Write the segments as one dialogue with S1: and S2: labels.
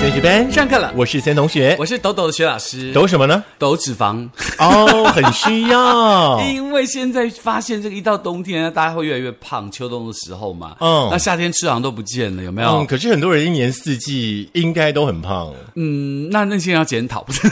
S1: 先学班
S2: 上课了
S1: 我是森同学
S2: 我。是抖抖的薛老师，
S1: 抖什么呢？
S2: 抖脂肪，
S1: 哦，很需 要
S2: 因为现在发现这个一到冬天，大家会越来越胖，秋冬的时候嘛，
S1: 嗯
S2: 那夏天吃好像都不见了，有没有
S1: 嗯，？可是很多人一年四季应该都很胖。
S2: 嗯，那那些人要 检讨，不 是？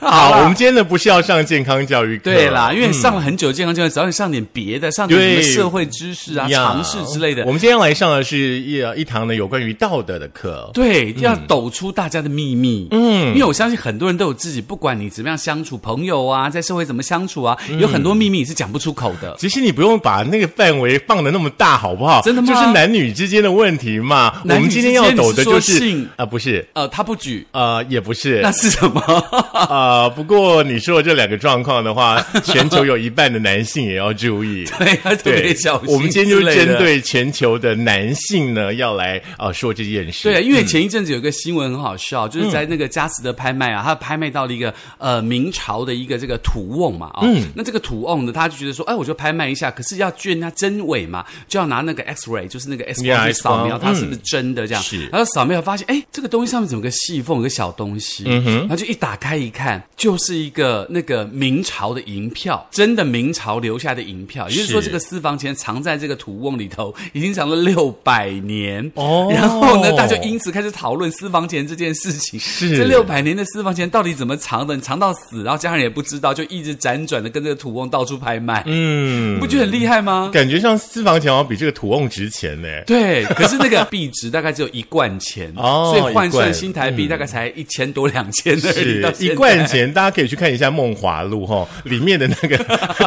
S1: 好，我们今天呢不是要上健康教育课，
S2: 对啦，因为上了很久健康教育，早点上点别的，上点什么
S1: 对
S2: 社会知识啊、
S1: 呀
S2: 常识之类的
S1: 我。们今天要来上的是一一堂呢有关于道德的课。
S2: 对，要
S1: 嗯
S2: 抖出大家的秘密。嗯，因为我相信很多人都有自己，不管你怎么样相处，朋友啊，在社会怎么相处啊，
S1: 嗯
S2: 有很多秘密你是讲不出口的。
S1: 其实你不用把那个范围放的那么大，好不好？
S2: 真的吗
S1: 就是男女之间的问题嘛。我
S2: 男
S1: 们
S2: 女
S1: 今
S2: 之间
S1: 天要抖的就
S2: 你
S1: 是
S2: 是说性
S1: 啊、不是，
S2: 呃，他不举，
S1: 呃，也不是
S2: 那，是什么？
S1: 呃，不过你说的这两个状况的话，全球有一半的男性也要注意。
S2: 对，要特别小心。
S1: 我们今天就是针。对全球的男性呢，要来啊、呃说这件事。
S2: 对，因为前一阵子有个新闻很好笑，就是在那个佳士得拍卖
S1: 嗯
S2: 啊，他拍卖到了一个呃明朝的一个这个土瓮嘛，哦，
S1: 嗯
S2: 那这个土瓮呢，他就觉得说，哎，我就拍卖一下，可是要确认它真伪嘛，就要拿那个 X ray，就是那个 X 光
S1: Yeah，
S2: 去
S1: X 光
S2: 扫描它是不是真的这样，
S1: 是
S2: 然后扫描发现，哎，这个东西上面怎么有个细缝，有个小东西，
S1: 嗯
S2: 然后就一打开一看，就是一个那个明朝的银票，真的明朝留下的银票，也就是说
S1: 是
S2: 这个私房钱藏在这个土瓮里头，已经藏了六百年
S1: 哦
S2: 然后呢，大家就因此开始讨论私房钱这件事情。
S1: 是
S2: 这六百年的私房钱到底怎么藏的？你藏到死，然后家人也不知道，就一直辗转的跟这个土瓮到处拍卖。嗯，你不觉得很厉害 吗？
S1: 感觉上私房钱好像比这个土瓮值钱呢。
S2: 对，可是那个币值大概只有一贯钱，
S1: 哦
S2: 所以换
S1: 一贯
S2: 算新台币大概才一千多两千而已。
S1: 是
S2: 到现
S1: 一
S2: 在
S1: 贯钱，大家可以去看一下《梦华录》哈、里面的那个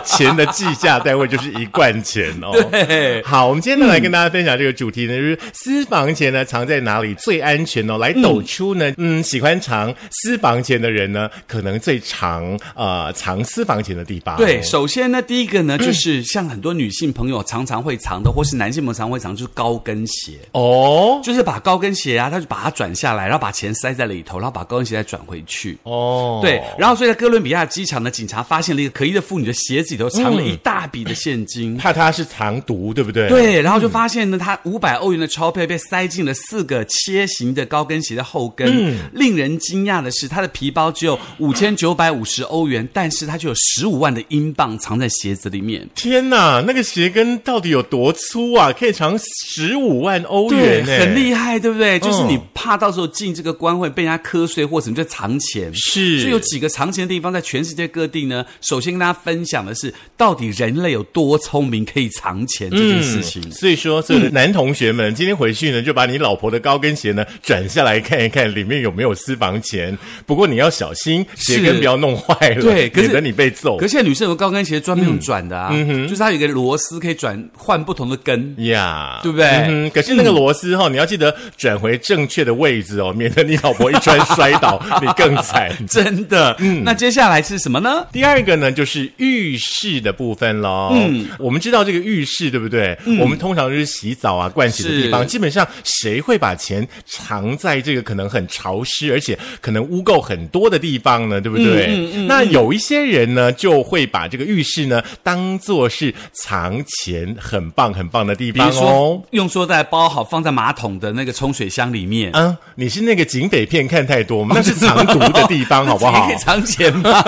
S1: 钱的计价单位就是一贯钱哦。
S2: 对
S1: 好，我们今天呢来跟大家分享这个主题呢，就是私房钱呢藏在哪里最安全
S2: 嗯
S1: 哦？来抖出呢，嗯喜欢藏私房钱的人呢，可能最常呃藏私房钱的地方。
S2: 对，首先呢，第一个呢，就是像很多女性朋友常常会藏的，或是男性朋友常会藏，就是高跟鞋。
S1: 哦
S2: 就是把高跟鞋啊，他就把它转下来，然后把钱塞在里头，然后把高跟鞋再转回去。
S1: 哦，
S2: 对，然后所以在哥伦比亚机场呢，警察发现了一个可疑的妇女的鞋子里头藏了一大笔的现金。
S1: 怕他是藏毒，对不对？。
S2: 对，然后就发现呢，她五百欧元的钞票被塞进了四个切形的高跟鞋的后跟。令人惊讶的是，她的皮包只有五千九百五十欧元，但是她就有十五万的英镑藏在鞋子里面。
S1: 天呐，那个鞋跟到底有多粗啊？可以藏十五万欧
S2: 对，
S1: 元呢、
S2: 很厉害，对不对？就是
S1: 嗯
S2: 你怕到时候进这个关会被人家瞌睡或什么，就藏钱。
S1: 是
S2: 所以有几个藏钱的地方，在全世界各地呢。首先跟大家分享的是，到底人类有多聪明，可以藏钱这
S1: 嗯
S2: 件事情。
S1: 所以说，所有的男同学们、今天回去呢，就把你老婆的高跟鞋呢转下来看一看，里面有没有私房钱。不过你要小心，
S2: 是
S1: 鞋跟不要弄坏了，
S2: 对可是
S1: 免得你被揍
S2: 可。是现在女生有高跟鞋专门用转的啊，就是它有一个螺丝可以转换不同的跟。
S1: 呀
S2: 对不对
S1: 嗯哼可是那个螺丝哈、哦，你要记得转回正确的位置哦，免得你老婆一穿摔 倒，你更惨。
S2: 真的，
S1: 嗯
S2: 那接下来是什么呢？
S1: 第二个呢，就是浴室的部分喽。嗯，我们知道这个浴室对不对？我们通常就是洗澡啊、盥洗的地方，
S2: 嗯是
S1: 基本上谁会把钱藏在这个可能很潮湿，而且可能污垢很多的地方呢？对不
S2: 嗯
S1: 对？那有一些人呢，就会把这个浴室呢当做是藏钱很棒很棒的地
S2: 比
S1: 方
S2: 如说
S1: 哦。
S2: 用塑料袋包好，放在马桶的那个冲水箱里面，
S1: 啊，你是那个警匪片看太多吗？那是藏毒的地 方，好不好？
S2: 自己可以藏钱吗？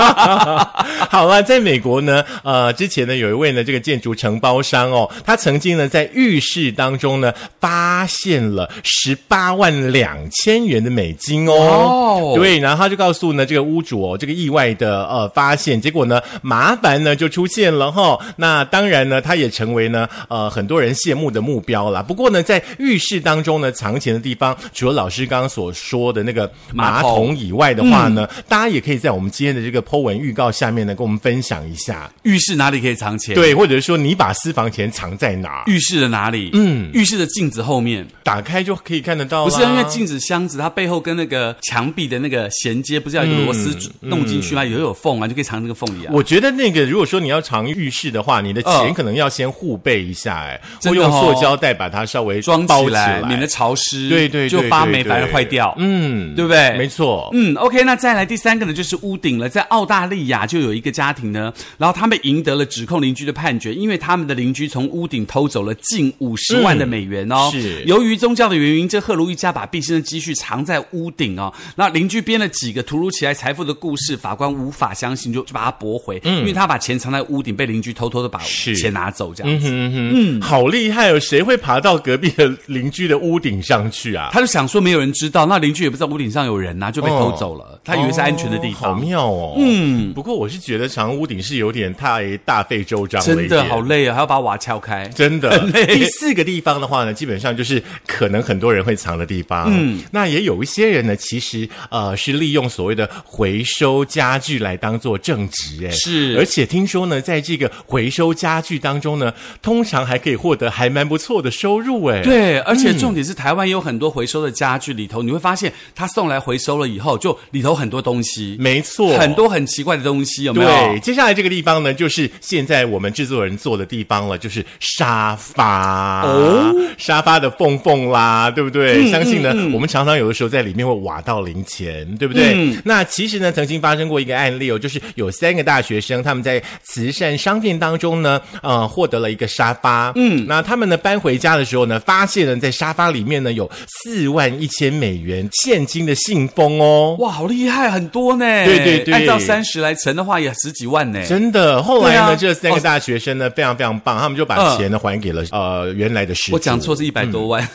S1: 好了，在美国呢，呃，之前呢有一位呢这个建筑承包商哦，他曾经呢在浴室当中呢发现了十八万两千元的美金哦
S2: 哇哦，
S1: 对，然后他就告诉呢这个屋主哦，这个意外的呃发现，结果呢麻烦呢就出现了哈、那当然呢，他也成为呢呃很多人羡慕的目标啦。不过呢，在浴室当中呢藏钱的地方，除了老师刚刚所说的那个马
S2: 马桶
S1: 桶以外的话呢，
S2: 嗯
S1: 大家也可以在我们今天的这个 Po 文预告下面呢，跟我们分享一下，
S2: 浴室哪里可以藏钱？
S1: 对，或者说你把私房钱藏在哪儿？
S2: 浴室的哪里？嗯，浴室的镜子后面。
S1: 打开就就可以看得嗯到啦。
S2: 不是啊因为镜子箱子它背后跟那个墙壁的那个衔接，不是要有一个螺丝弄进去吗？有有缝啊，就可以藏这个缝里啊。
S1: 嗯我觉得那个，如果说你要藏浴室的话，你的钱
S2: 嗯
S1: 可能要先互备一下、哎、
S2: 真
S1: 或
S2: 的
S1: 用塑
S2: 哦
S1: 胶袋把它稍微
S2: 装
S1: 包
S2: 起来，免得
S1: 来
S2: 潮湿，
S1: 对对对
S2: 就发霉
S1: 对对
S2: 反而坏掉，
S1: 嗯，
S2: 对不对？
S1: 没错，
S2: 嗯，OK，那再来第三个呢，就是屋顶了。在澳大利亚就有一个家庭呢，然后他们赢得了指控邻居的判决，因为他们的邻居从屋顶偷走了近五十万的美元哦。
S1: 嗯是
S2: 由于宗教的原因，这赫鲁一家把毕生的积蓄藏在屋顶哦。那邻居编了几个突如其来财富的故事，法官无法相信，就就把他驳回，因为他把钱藏在屋顶，被邻居偷偷的把
S1: 嗯是
S2: 钱拿走这样子。
S1: 嗯哼，嗯好厉害哦！谁会爬到隔壁的邻居的屋顶上去啊？
S2: 他就想说没有人知道，那邻居也不知道屋顶上有人啊呐、就被偷走了。他以为是安全的地
S1: 哦哦好
S2: 方。
S1: 妙哦。嗯，不过我是觉得长屋顶是有点太大费周章了一
S2: 真
S1: 点，
S2: 的好累啊，还要把瓦撬开。
S1: 真的
S2: 很，累
S1: 第四个地方的话呢，基本上就是可能很多人会藏的地方。嗯，那也有一些人呢，其实呃是利用所谓的回收家具来当做正职，哎，
S2: 是
S1: 而且听说呢，在这个回收家具当中呢，通常还可以获得还蛮不错的收入，哎，，
S2: 对，而且重点是台湾有很多回收的家具里头，你会发现他送来回收了以后，就里头很多东西，
S1: 没错，
S2: 很。多很奇怪的东西，有没
S1: 对，
S2: 有？
S1: 接下来这个地方呢，就是现在我们制作人做的地方了，就是沙发
S2: 哦，嗯
S1: 沙发的缝缝啦，对不对？相信呢，我们常常有的时候在里面会瓦到零钱，对不对？
S2: 嗯
S1: 那其实呢，曾经发生过一个案例哦，就是有三个大学生他们在慈善商店当中呢，呃，获得了一个沙发，嗯，那他们呢搬回家的时候呢，发现呢在沙发里面呢有四万一千美元现金的信封哦。
S2: 哇，好厉害，很多呢。
S1: 对对对
S2: 按照三十来乘的话，也十几万呢。
S1: 真的，后来呢，
S2: 对啊
S1: 这三个大学生呢、非常非常棒，他们就把
S2: 嗯
S1: 钱呢、还给了呃原来的师
S2: 我讲错是一百
S1: 嗯
S2: 多万。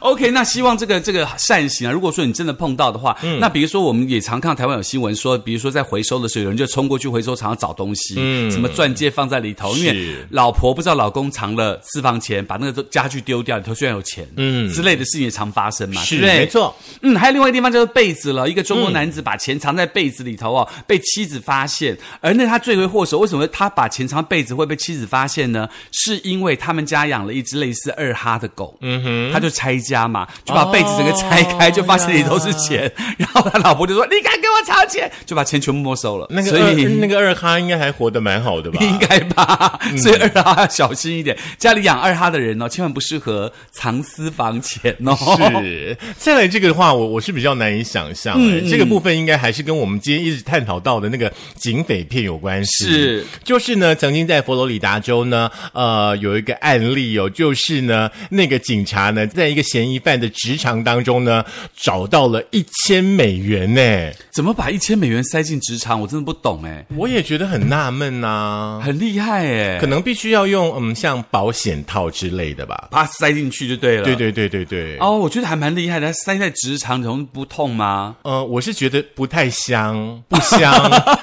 S2: OK，那希望这个这个善行啊，如果说你真的碰到的话，
S1: 嗯
S2: 那比如说我们也常看到台湾有新闻说，比如说在回收的时候，有人就冲过去回收厂要找东西，什么钻戒放在里头，因
S1: 嗯
S2: 为
S1: 是
S2: 老婆不知道老公藏了私房钱，把那个家具丢掉，里头居然有钱，嗯之类的事情也常发生嘛，
S1: 是
S2: 对不对
S1: 没错。
S2: 嗯，还有另外一个地方就是被子了，一个中国男子把钱藏在被子里头哦，
S1: 嗯
S2: 被妻子发现，而那他罪魁祸首，为什么他把钱藏被子会被妻子发现呢？是因为他们家养了一只类似二哈的狗，嗯哼，他就拆家嘛，就把被子整个拆开，
S1: 哦
S2: 就发现里头是钱，然后他老婆就说：“你敢给我藏钱？”就把钱全部没收了。
S1: 那个
S2: 所
S1: 二
S2: 以
S1: 那个啊二哈应该还活得蛮好 的吧？
S2: 应该吧，所以二哈要小心一点。家里养二哈的人哦，千万不适合藏私房钱哦。
S1: 是，再来这个的话，我我是比较难以想象、
S2: 嗯
S1: 哎这个部分应该还是跟我们今天一直探讨到的那个警匪片有关系。
S2: 是，
S1: 就是呢，曾经在佛罗里达州呢，呃，有一个案例哦，就是呢，那个警察呢，在一个嫌疑犯的职场当中呢，找到了一千美元呢、
S2: 怎么把一千美元塞进职场？我真的不懂哎、
S1: 我也觉得很纳闷呐、
S2: 很厉害哎、
S1: 可能必须要用嗯，像保险套之类的吧。
S2: 把它塞进去就对了。
S1: 对。对对对对。
S2: 哦，我觉得还蛮厉害的，它塞在直肠中不 痛吗？
S1: 呃，我是觉得不太香，不香，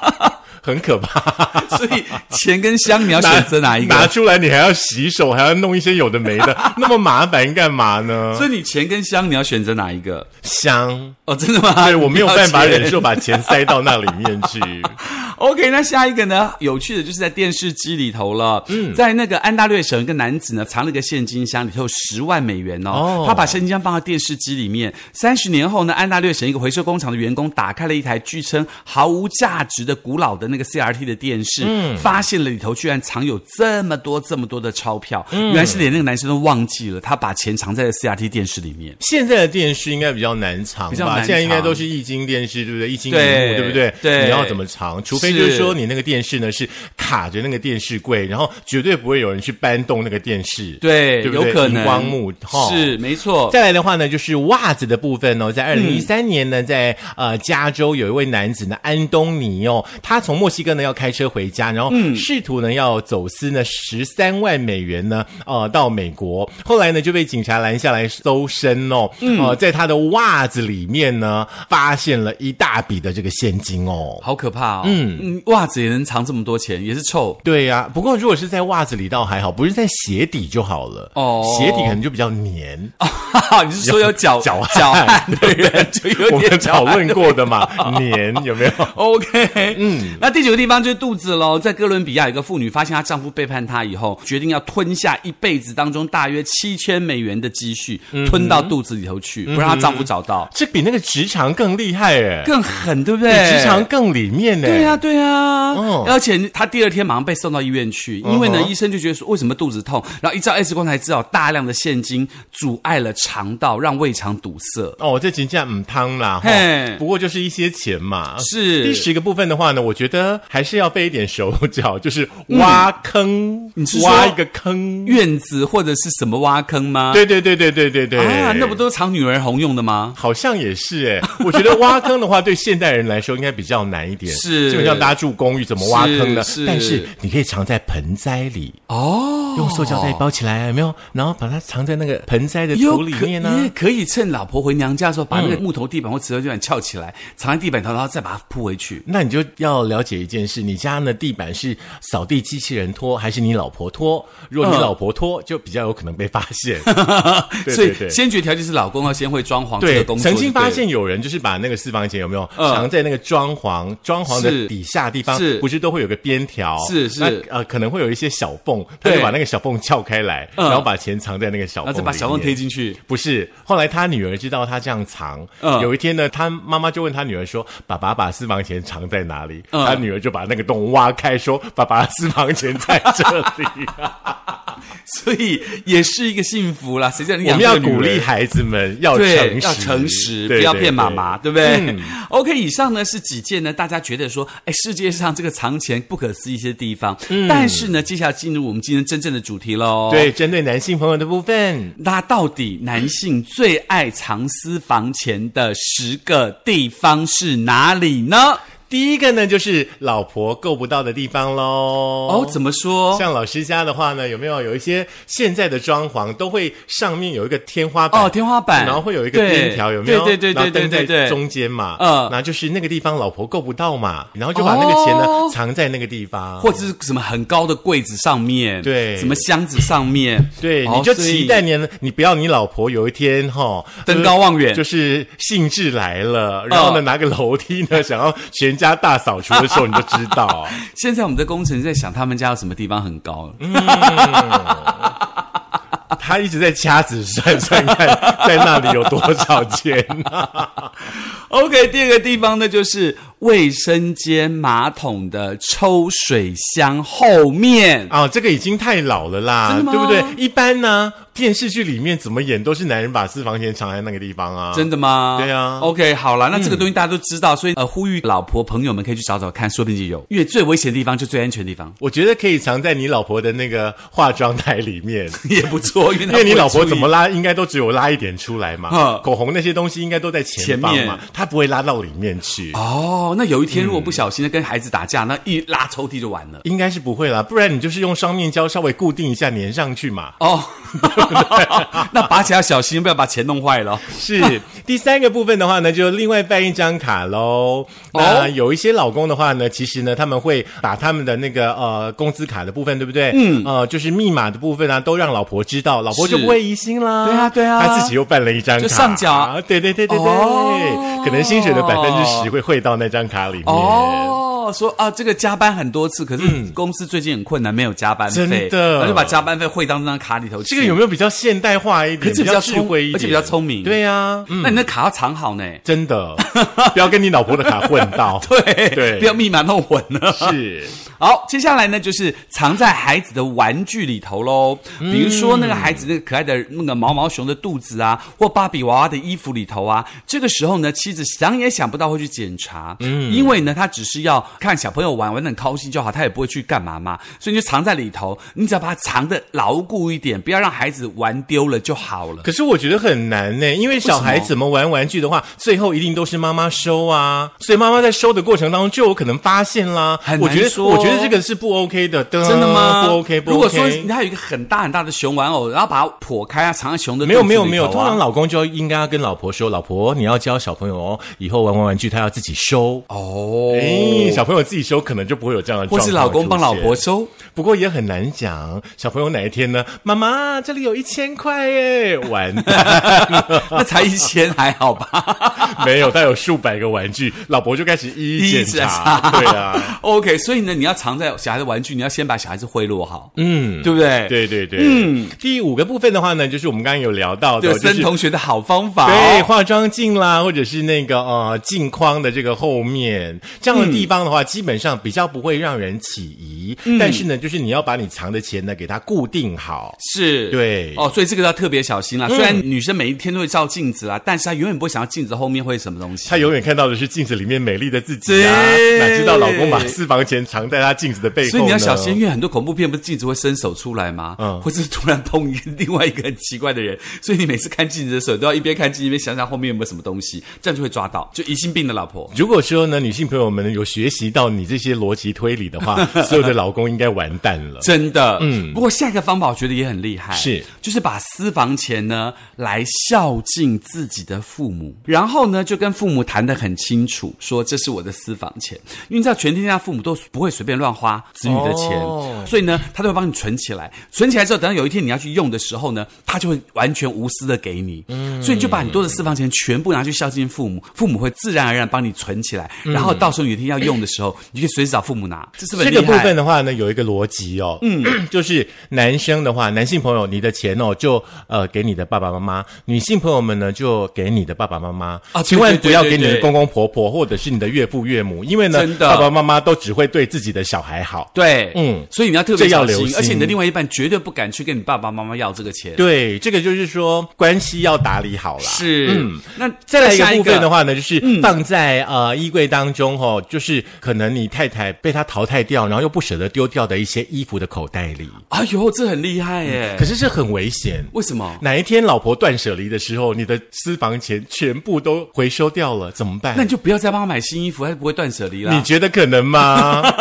S1: 很可怕。
S2: 所以钱跟香你要选择哪一
S1: 拿
S2: 个？
S1: 出来，你还要洗手，还要弄一些有的没 的，那么麻烦干嘛呢？
S2: 所以你钱跟香你要选择哪一个？
S1: 香，
S2: 哦，真的吗？
S1: 对我没有
S2: 你要
S1: 办法
S2: 钱
S1: 忍受把钱塞到那里面去。
S2: OK，那下一个呢？有趣的就是在电视机里头了。嗯，在那个安大略省，有一个男子呢藏了一个现金箱，里头有十万美元哦。
S1: 哦
S2: 他把现金箱放到电视机里面。三十年后呢，安大略省一个回收工厂的员工打开了一台据称毫无价值的古老的那个 CRT 的电视，
S1: 嗯
S2: 发现了里头居然藏有这么多这么多的钞票。
S1: 嗯
S2: 原来是连那个男生都忘记了，他把钱藏在了 CRT 电视里面。
S1: 现在的电视应该比较难藏
S2: 比较
S1: 吧？
S2: 难
S1: 现在应该
S2: 藏
S1: 都是液晶电视，对不对？液晶屏幕，
S2: 对
S1: 对不对？
S2: 对
S1: 你要怎么藏？除非就是
S2: 是
S1: 说你那个电视呢是卡着那个电视柜，然后绝对不会有人去搬动那个电视，
S2: 对，
S1: 对不对
S2: 有可能
S1: 荧光幕哈
S2: 是没错。
S1: 再来的话呢，就是袜子的部分哦，在二零一三年呢，在呃加州有一位男子呢，安东尼哦，他从墨西哥呢要开车回家，然后试图呢要走私呢十三万美元呢，呃，到美国，后来呢就被警察拦下来搜身哦，呃，在他的袜子里面呢发现了一大笔的这个现金哦。
S2: 好可怕哦！嗯嗯，袜子也能藏这么多钱，也是臭。
S1: 对呀、不过如果是在袜子里倒还好，不是在鞋底就好了。
S2: 哦
S1: 鞋底可能就比较黏。
S2: 啊你是说有脚
S1: 脚汗
S2: 脚汗的人就有
S1: 我
S2: 点
S1: 们
S2: 脚
S1: 讨
S2: 汗
S1: 论过的嘛，黏有没有？
S2: OK，嗯，那第九个地方就是肚子喽。在哥伦比亚，有个妇女发现她丈夫背叛她以后，决定要吞下一辈子当中大约七千美元的积蓄，吞到肚子里头去，不让她丈夫找到。
S1: 这比那个直肠更厉害哎，
S2: 更狠，对不对？
S1: 比直肠更里面哎。
S2: 对呀、啊对呀、
S1: 嗯
S2: 而且她第二天马上被送到医院去，因为呢，
S1: 嗯哼
S2: 医生就觉得说为什么肚子痛，然后一照 X 光才知道大量的现金阻碍了肠道，让胃肠堵塞。
S1: 哦，这评价嗯汤啦，哈
S2: 嘿
S1: 不过就是一些钱嘛。
S2: 是
S1: 第十个部分的话呢，我觉得还是要费一点手脚，就是挖坑，
S2: 嗯你是说
S1: 挖一个坑。
S2: 院子或者是什么挖坑吗？
S1: 对对对对对对对，
S2: 啊，那不都是藏女儿红用的吗？
S1: 好像也是哎、我觉得挖坑的话，对现代人来说应该比较难一点。
S2: 是
S1: 基本上大家住公寓怎么挖坑呢？
S2: 是是
S1: 但是你可以藏在盆栽里，
S2: 哦，
S1: 用塑胶袋包起来，有没有？然后把它藏在那个盆栽的
S2: 有
S1: 土里
S2: 可
S1: 面呢、啊
S2: 你也可以趁老婆回娘家的时候，把那个木头地板或瓷头地板翘起来，藏在地板头，然后再把它铺回去。
S1: 那你就要了解一件事：你家的地板是扫地机器人拖，还是你老婆拖？如果你
S2: 嗯
S1: 老婆拖，就比较有可能被发现。 对
S2: 所以
S1: 对对
S2: 先决条件是老公要先会装潢这个
S1: 对
S2: 工，作。
S1: 曾经
S2: 就对
S1: 发
S2: 了
S1: 现有人就是把那个四房间有没有
S2: 嗯
S1: 藏在那个装潢装潢的
S2: 是
S1: 底下地方，
S2: 是
S1: 不是都会有个边条？
S2: 是是
S1: 那呃，可能会有一些小缝，他就
S2: 对
S1: 把那个小缝撬开来，
S2: 嗯
S1: 然后把钱藏在那个小
S2: 然
S1: 缝，
S2: 后再把小缝推。进去。
S1: 不是，后来他女儿知道他这样藏，
S2: 嗯
S1: 有一天呢，他妈妈就问他女儿说：“爸爸把私房钱藏在哪里？”
S2: 嗯
S1: 他女儿就把那个洞挖开，说：“爸爸私房钱在这 里。
S2: 所以也是一个幸福啦。谁叫你”
S1: 我们
S2: 养这
S1: 要
S2: 个女
S1: 鼓
S2: 人
S1: 励孩子们要诚
S2: 对，
S1: 实，
S2: 要诚实，
S1: 对
S2: 不要
S1: 对
S2: 骗妈
S1: 对
S2: 妈，对不对、
S1: 嗯
S2: o k 以上呢是几件呢，大家觉得说，哎，世界上这个藏钱不可思议一些地方、但是呢，接下来进入我们今天真正的主题喽。。
S1: 嗯对，针对男性朋友的部分，
S2: 那到底男性最爱藏私房钱的十个地方是哪里呢？
S1: 第一个呢就是老婆够不到的地方喽。
S2: 哦，怎么说？
S1: 像老师家的话呢，有没有有一些现在的装潢都会上面有一个天花板
S2: 哦天花板
S1: 然后会有一个
S2: 对
S1: 边条，有没有？
S2: 对对对
S1: 然后
S2: 对对
S1: 灯在
S2: 对对
S1: 中间嘛，
S2: 嗯
S1: 然后就是那个地方老婆够不到嘛，然后就把那个钱呢、
S2: 哦
S1: 藏在那个地方，
S2: 或者是什么很高的柜子上面，
S1: 对
S2: 什么箱子上面，
S1: 对，
S2: 哦
S1: 你就
S2: 所以
S1: 期待你，你不要你老婆有一天哈、
S2: 登高望远
S1: 就是兴致来了，然后呢、
S2: 嗯
S1: 拿个楼梯呢，想要全家大扫除的时候，你就知道。
S2: 现在我们的工程在想他们家有什么地方很高了，
S1: 嗯他一直在掐指算算看，在那里有多少钱、
S2: OK，第二个地方呢，就是卫生间马桶的抽水箱后面。
S1: 啊、这个已经太老了啦
S2: 真的，吗
S1: 对不对？一般呢，电视剧里面怎么演都是男人把私房钱藏在那个地方啊。
S2: 真的吗？
S1: 对啊
S2: OK，好啦，那这个东西大家都知道，所以呃，呼吁老婆朋友们可以去找找看，说不定就有。因为最危险的地方就最安全的地方，
S1: 我觉得可以藏在你老婆的那个化妆台里 面，
S2: 也不错。因为
S1: 因
S2: 因
S1: 为你老婆怎么拉，应该都只有拉一点出来 嘛
S2: 嗯，
S1: 口红那些东西应该都在前方
S2: 前
S1: 嘛
S2: 面，
S1: 她不会拉到里面去。
S2: 哦，那有一天如果不小心的跟孩子打架，那一
S1: 嗯
S2: 拉抽屉就完了。
S1: 应该是不会啦，不然你就是用双面胶稍微固定一下，粘上去嘛。
S2: 哦， 那拔起来要小心，不要把钱弄坏 了。
S1: 是第三个部分的话呢，就另外办一张卡
S2: 哦
S1: 喽。那有一些老公的话呢，其实呢，他们会把他们的那个呃工资卡的部分，对不对？嗯，呃，就是密码的部分啊，都让老婆知道，老婆
S2: 是
S1: 就不会疑心啦。
S2: 对啊对啊
S1: 他自己又办了一张卡，
S2: 就上缴啊
S1: 对对对对对，
S2: 哦
S1: 可能薪水的百分之十会汇到那张卡里面。
S2: 哦，说啊，这个加班很多次，可是公司最近很困难，没有加班
S1: 嗯
S2: 费，
S1: 真的
S2: 那就把加班费汇到那张卡里头去。
S1: 这个有没有比较现代化一点，
S2: 可是比较
S1: 智慧一点，
S2: 聪而且比较聪明
S1: 对呀、嗯，
S2: 那你那卡要藏好呢。
S1: 真的，不要跟你老婆的卡混到。
S2: 对啊
S1: 对
S2: 不要密码弄混了。
S1: 是。
S2: 好，接下来呢，就是藏在孩子的玩具里头喽，
S1: 嗯
S2: 比如说那个孩子那个可爱的那个毛毛熊的肚子啊，或芭比娃娃的衣服里头啊。这个时候呢，妻子想也想不到会去检查，嗯，因为呢，她只是要看小朋友玩玩的很高兴就好，她也不会去干嘛嘛，所以你就藏在里头，你只要把它藏的牢固一点，不要让孩子玩丢了就好了。
S1: 可是我觉得很难呢，因为小孩
S2: 为什
S1: 怎么玩玩具的话，最后一定都是妈妈收啊，所以妈妈在收的过程当中就有可能发现啦。
S2: 很难
S1: 我觉得
S2: 说
S1: 我觉得这个是不 OK 的，真
S2: 真的吗？
S1: 不 OK，不 OK。
S2: 呃如果说他有一个很大很大的熊玩偶，然后把它破开啊，藏在熊的
S1: 没有没有没有，
S2: 肚子
S1: 通
S2: 里头啊
S1: 常老公就应该要跟老婆说，老婆你要教小朋友哦，以后玩玩玩具他要自己收。
S2: 哦，
S1: 哎，小小朋友自己收，可能就不会有这样的状
S2: 或
S1: 况。
S2: 是老公帮老婆，收，
S1: 不过也很难讲。小朋友哪一天呢？妈妈，这里有一千块耶，完蛋，
S2: 那才一千还好吧
S1: 没有，他有数百个玩具，老婆就开始一
S2: 一一
S1: 检
S2: 检
S1: 查。对啊，
S2: ？OK，所以呢，你要藏在小孩的玩具，你要先把小孩子贿赂好，嗯，对不对？
S1: 对对对。嗯，第五个部分的话呢，就是我们刚刚有聊到的，
S2: 对，
S1: 就是
S2: 森同学的好方法、哦
S1: 对，，化妆镜啦，或者是那个呃镜框的这个后面这样的地方的话，基本上比较不会让人起疑。
S2: 嗯
S1: 但是呢，就是你要把你藏的钱呢给它固定好。
S2: 是，
S1: 对嗯
S2: 哦，所以这个要特别小心啦。虽然女生每一天都会照镜子啦，啊但是她永远不会想到镜子后面会是什么东西。
S1: 她永远看到的是镜子里面美丽的自己啊，
S2: 对
S1: 哪知道老公把私房钱藏在她镜子的背后呢？
S2: 所以你要小心，因为很多恐怖片不是镜子会伸手出来吗？
S1: 嗯
S2: 嗯，或是突然碰一个另外一个很奇怪的人，所以你每次看镜子的时候都要一边看镜子一边想想后面有没有什么东西，这样就会抓到。就疑心病的老婆，
S1: 如果说呢，女性朋友们有学习到你这些逻辑推理的 话，所有的老公应该完蛋了。
S2: 真的。嗯，不过下一个方法我觉得也很厉害，
S1: 是
S2: 就是把私房钱呢来孝敬自己的父母，然后呢就跟父母谈得很清楚，说这是我的私房钱，因为你知道全天下父母都不会随便乱花子女的钱，
S1: 哦
S2: 所以呢他都会帮你存起来，存起来之后，等到有一天你要去用的时候呢，他就会完全无私的给你，
S1: 嗯
S2: 所以你就把你多的私房钱全部拿去孝敬父母，父母会自然而然帮你存起来，
S1: 嗯
S2: 然后到时候有一天要用的时候，你就可以随时找父母拿，这是不是
S1: 这
S2: 很
S1: 个
S2: 厉
S1: 部
S2: 害
S1: 分的话呢，有一个逻辑哦，嗯， 就是男生的话，男性朋友你的钱哦，就呃给你的爸爸妈妈；女性朋友们呢，就给你的爸爸妈妈
S2: 啊对
S1: 千万不要给
S2: 对对
S1: 你的
S2: 对
S1: 公公婆婆或者是你的岳父岳母，因为呢
S2: 真，的
S1: 爸爸妈妈都只会对自己的小孩好。
S2: 对，
S1: 嗯
S2: 嗯，所以你要特别小
S1: 这要留
S2: 心，
S1: 心
S2: 而且你的另外一半绝对不敢去跟你爸爸妈妈要这个钱。
S1: 对，这个就是说关系要打理好啦。
S2: 是，嗯，那
S1: 再来一个
S2: 下嗯
S1: 部分的，话呢，就是放在、呃衣柜当中哦，就是可能你太太被她淘汰掉，然后又不舍得丢掉的一些衣服的口袋里，
S2: 哎呦，这很厉害耶！
S1: 嗯可是这很危险。
S2: 为什么？
S1: 哪一天老婆断舍离的时候，你的私房钱全部都回收掉了，怎么办？
S2: 那你就不要再帮他买新衣服，他就不会断舍离
S1: 你
S2: 啦。
S1: 觉得可能吗？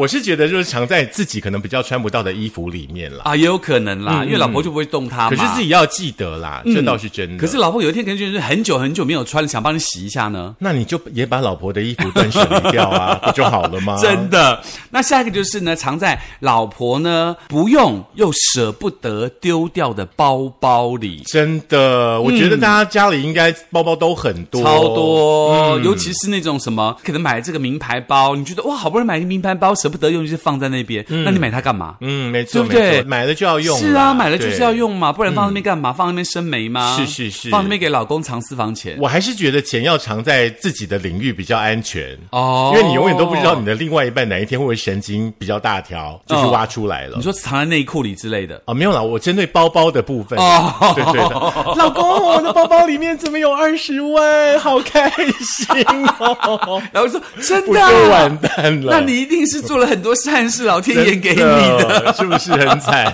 S1: 我是觉得就是藏在自己可能比较穿不到的衣服里面啦。
S2: 啊，也有可能啦，因为老婆就不会动他嘛。
S1: 嗯可是自己要记得啦，这倒是真的。
S2: 嗯可是老婆有一天可能就是很久很久没有穿了，想帮你洗一下呢。
S1: 那你就也把老婆的衣服断舍离掉 啊，不就好了吗？
S2: 真的。那下一个就是呢，藏在老婆呢不用又舍不得丢掉的包包里。
S1: 真的，我觉得大家家里应该包包都很多，嗯
S2: 超多，尤其是那种什么，可能买这个名牌包，你觉得哇，好不容易买一个名牌包，舍不得用，就是放在那边，那你买它干嘛？
S1: 嗯，没错，
S2: 对不对
S1: 没错买了就要用啦，
S2: 是啊，买了就是
S1: 对嗯
S2: 要。用嘛，不然放那边干嘛？放那边生霉吗？
S1: 是是是
S2: 放那边给老公藏私房钱。
S1: 我还是觉得钱要藏在自己的领域比较安全
S2: 哦
S1: 因为你永远都不知道你的另外一半哪一天会不会神经比较大条，就是
S2: 哦
S1: 挖出来了。
S2: 你说藏在内裤里 之类的，
S1: 啊、没有啦，我针对包包的部分。
S2: 哦
S1: 对对的， 老公，我的包包里面怎么有二十万？好开心 哦！
S2: 然后说真
S1: 我
S2: 的
S1: 就
S2: 啊，
S1: 完蛋了。
S2: 那你一定是做了很多善事，老天
S1: 真
S2: 爷给你的。
S1: 的， 是不是很惨？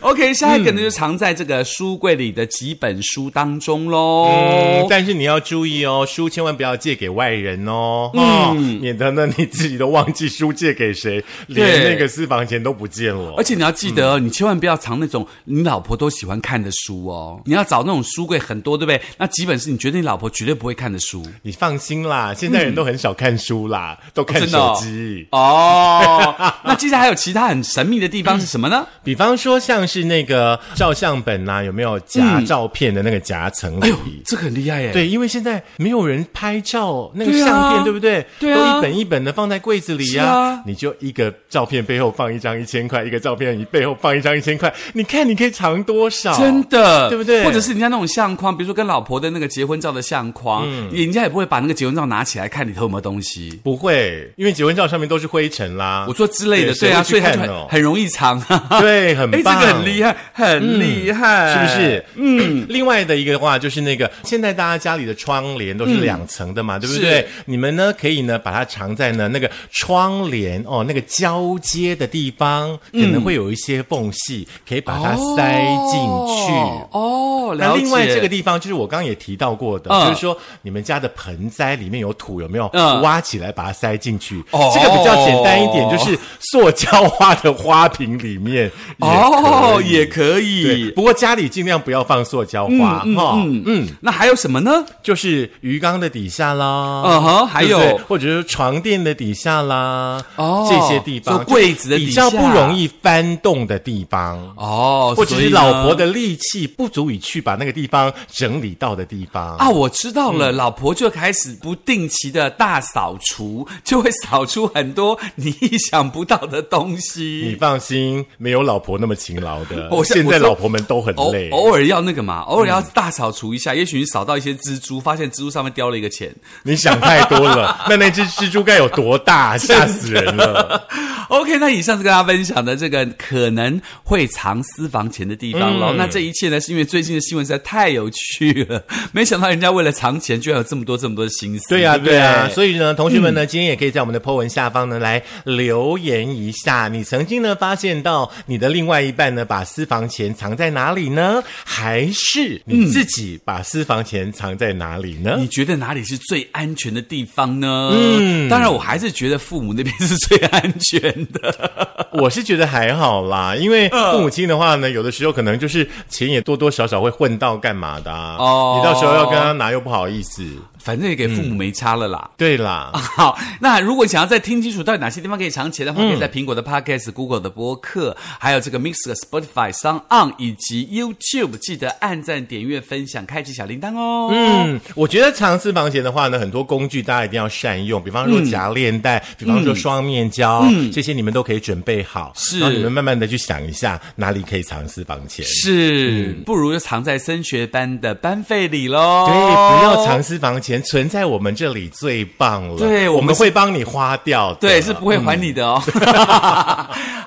S2: OK，下一个
S1: 嗯
S2: 呢就藏在这个书柜里的几本书当中喽。
S1: 嗯，但是你要注意哦，书千万不要借给外人哦，
S2: 嗯
S1: 哦免得呢你自己都忘记书借给谁，连
S2: 对
S1: 那个私房钱都不见了。
S2: 而且你要记
S1: 嗯
S2: 得哦，你千万不要藏那种你老婆都喜欢看的书哦。你要找那种书柜很多，对不对？那几本是你觉得你老婆绝对不会看的书。
S1: 你放心啦，现在人都很少看书啦，都看
S2: 真的
S1: 手
S2: 哦
S1: 机。
S2: 哦， 那接下来还有其他很神秘的地方是什么呢？
S1: 比方说像是那个照相本啊呐、有没有夹照片的那个夹层
S2: 嗯哎
S1: 里？
S2: 呦，这个很厉害耶！，
S1: 嗯对，因为现在没有人拍照，那个
S2: 对啊
S1: 相片对不对？
S2: 对啊
S1: 都一本一本的放在柜子里呀、
S2: 是啊
S1: 你就一个照片背后放一张一千块，一个照片你背后放一张一千块，你看你可以藏多少？
S2: 真的，
S1: 对不对
S2: 或者是人家那种相框，比如说跟老婆的那个结婚照的相框，
S1: 嗯
S2: 人家也不会把那个结婚照拿起来看里头有没有东西。
S1: 不会，因为结婚照上面都是灰尘啦。
S2: 我说之类的，
S1: 对
S2: 对啊，
S1: 谁会去
S2: 所以他就
S1: 看
S2: 很
S1: 哦
S2: 很容易藏。
S1: 对，很
S2: 哎，这个
S1: 棒，嗯
S2: 很厉害，很厉害，
S1: 是不是？哎嗯，另外的一个话就是那个，现在大家家里的窗帘都是两层的嘛，对不对
S2: 嗯是？
S1: 你们呢可以呢把它藏在呢那个窗帘哦那个交接的地方，可
S2: 嗯
S1: 能会有一些缝隙，可以把它塞进去。
S2: 哦，哦
S1: 那
S2: 了解。
S1: 另外这个地方就是我刚刚也提到过的，
S2: 嗯
S1: 就是说你们家的盆栽里面有土有没有？
S2: 嗯
S1: 挖起来把它塞进去，
S2: 哦
S1: 这个比较简单一点，就是塑胶花的花瓶里面也可以。
S2: 哦哦，也可
S1: 对，
S2: 以。
S1: 不过家里尽量不要放塑胶花哈，
S2: 嗯嗯，那还有什么呢？
S1: 就是鱼缸的底下啦，
S2: 嗯哼还有
S1: 啊对不对或者是床垫的底下啦，
S2: 哦
S1: 这些地方，
S2: 就柜子的底下
S1: 比较不容易翻动的地方。
S2: 哦，
S1: 或者
S2: 所
S1: 是
S2: 以呢
S1: 老婆的力气不足以去把那个地方整理到的地方
S2: 啊，我知道
S1: 嗯
S2: 了，老婆就开始不定期的大扫除，就会扫出很多你意想不到的东
S1: 你
S2: 西。
S1: 放心，没有老婆那么勤劳的。
S2: 我是
S1: 现在
S2: 我说哦
S1: 老婆们都很
S2: 偶
S1: 累，
S2: 偶尔要那个嘛，偶尔要大扫除一下，也许你扫到一些蜘蛛，发现蜘蛛上面叼了一个钱。
S1: 你想太多了。那那只 蜘蛛该有多 大，吓死人了！
S2: OK，那以上是跟大家分享的这个可能会藏私房钱的地方
S1: 嗯
S2: 喽。那这一切呢，是因为最近的新闻实在太有趣了，没想到人家为了藏钱，居然有这么多这么多的心思。
S1: 对呀、
S2: 呀、
S1: 对啊嗯呀、
S2: 呀、
S1: 所以呢，同学们呢，今天也可以在我们的 po 文下方呢来留言一下，你曾经呢发现到你的另外一半呢把私房钱藏在哪里呢？还是你自己把私房钱藏在哪里呢？
S2: 你觉得哪里是最安全的地方呢？嗯，当然，我还是觉得父母那边是最安全的。
S1: 我是觉得还好啦，因为父母亲的话呢，有的时候可能就是钱也多多少少会混到干嘛的、啊，
S2: 哦
S1: 你到时候要跟他拿又不好意思。
S2: 反正也给父母没差了啦。
S1: 对啦，
S2: 好，那如果想要再听清楚到底哪些地方可以藏钱的话，
S1: 嗯
S2: 可以在苹果的 Podcast、Google 的播客，还有这个 Mix、Spotify、s o n On 以及 YouTube，记得按赞、点阅、分享、开启小铃铛哦。嗯，
S1: 嗯，我觉得藏私房钱的话呢，很多工具大家一定要善用，比方说夹链袋，
S2: 嗯
S1: 比方说双面胶，这些你们都可以准备好，
S2: 是
S1: 然后你们慢慢的去想一下哪里可以藏私房钱。
S2: 是，不如就藏在升学班的班费里喽。
S1: 嗯对，不要藏。私房钱，存在我们这里最棒了。
S2: 对
S1: 我
S2: 我
S1: 们
S2: 们是
S1: 会帮你花掉的。
S2: 对，是不会还你的哦。
S1: 嗯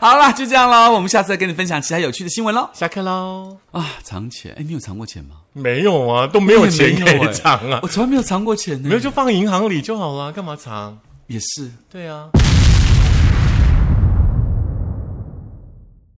S2: 好啦，就这样喽，我们下次再跟你分享其他有趣的新闻喽。
S1: 下课喽。
S2: 啊，藏钱，哎，你有藏过钱吗？
S1: 没有啊，都没有钱可
S2: 我 也没有欸
S1: 以藏啊
S2: 哎我。从来没有藏过钱呢。
S1: 没有就放银行里就好啦，干嘛藏？
S2: 也是。
S1: 对啊。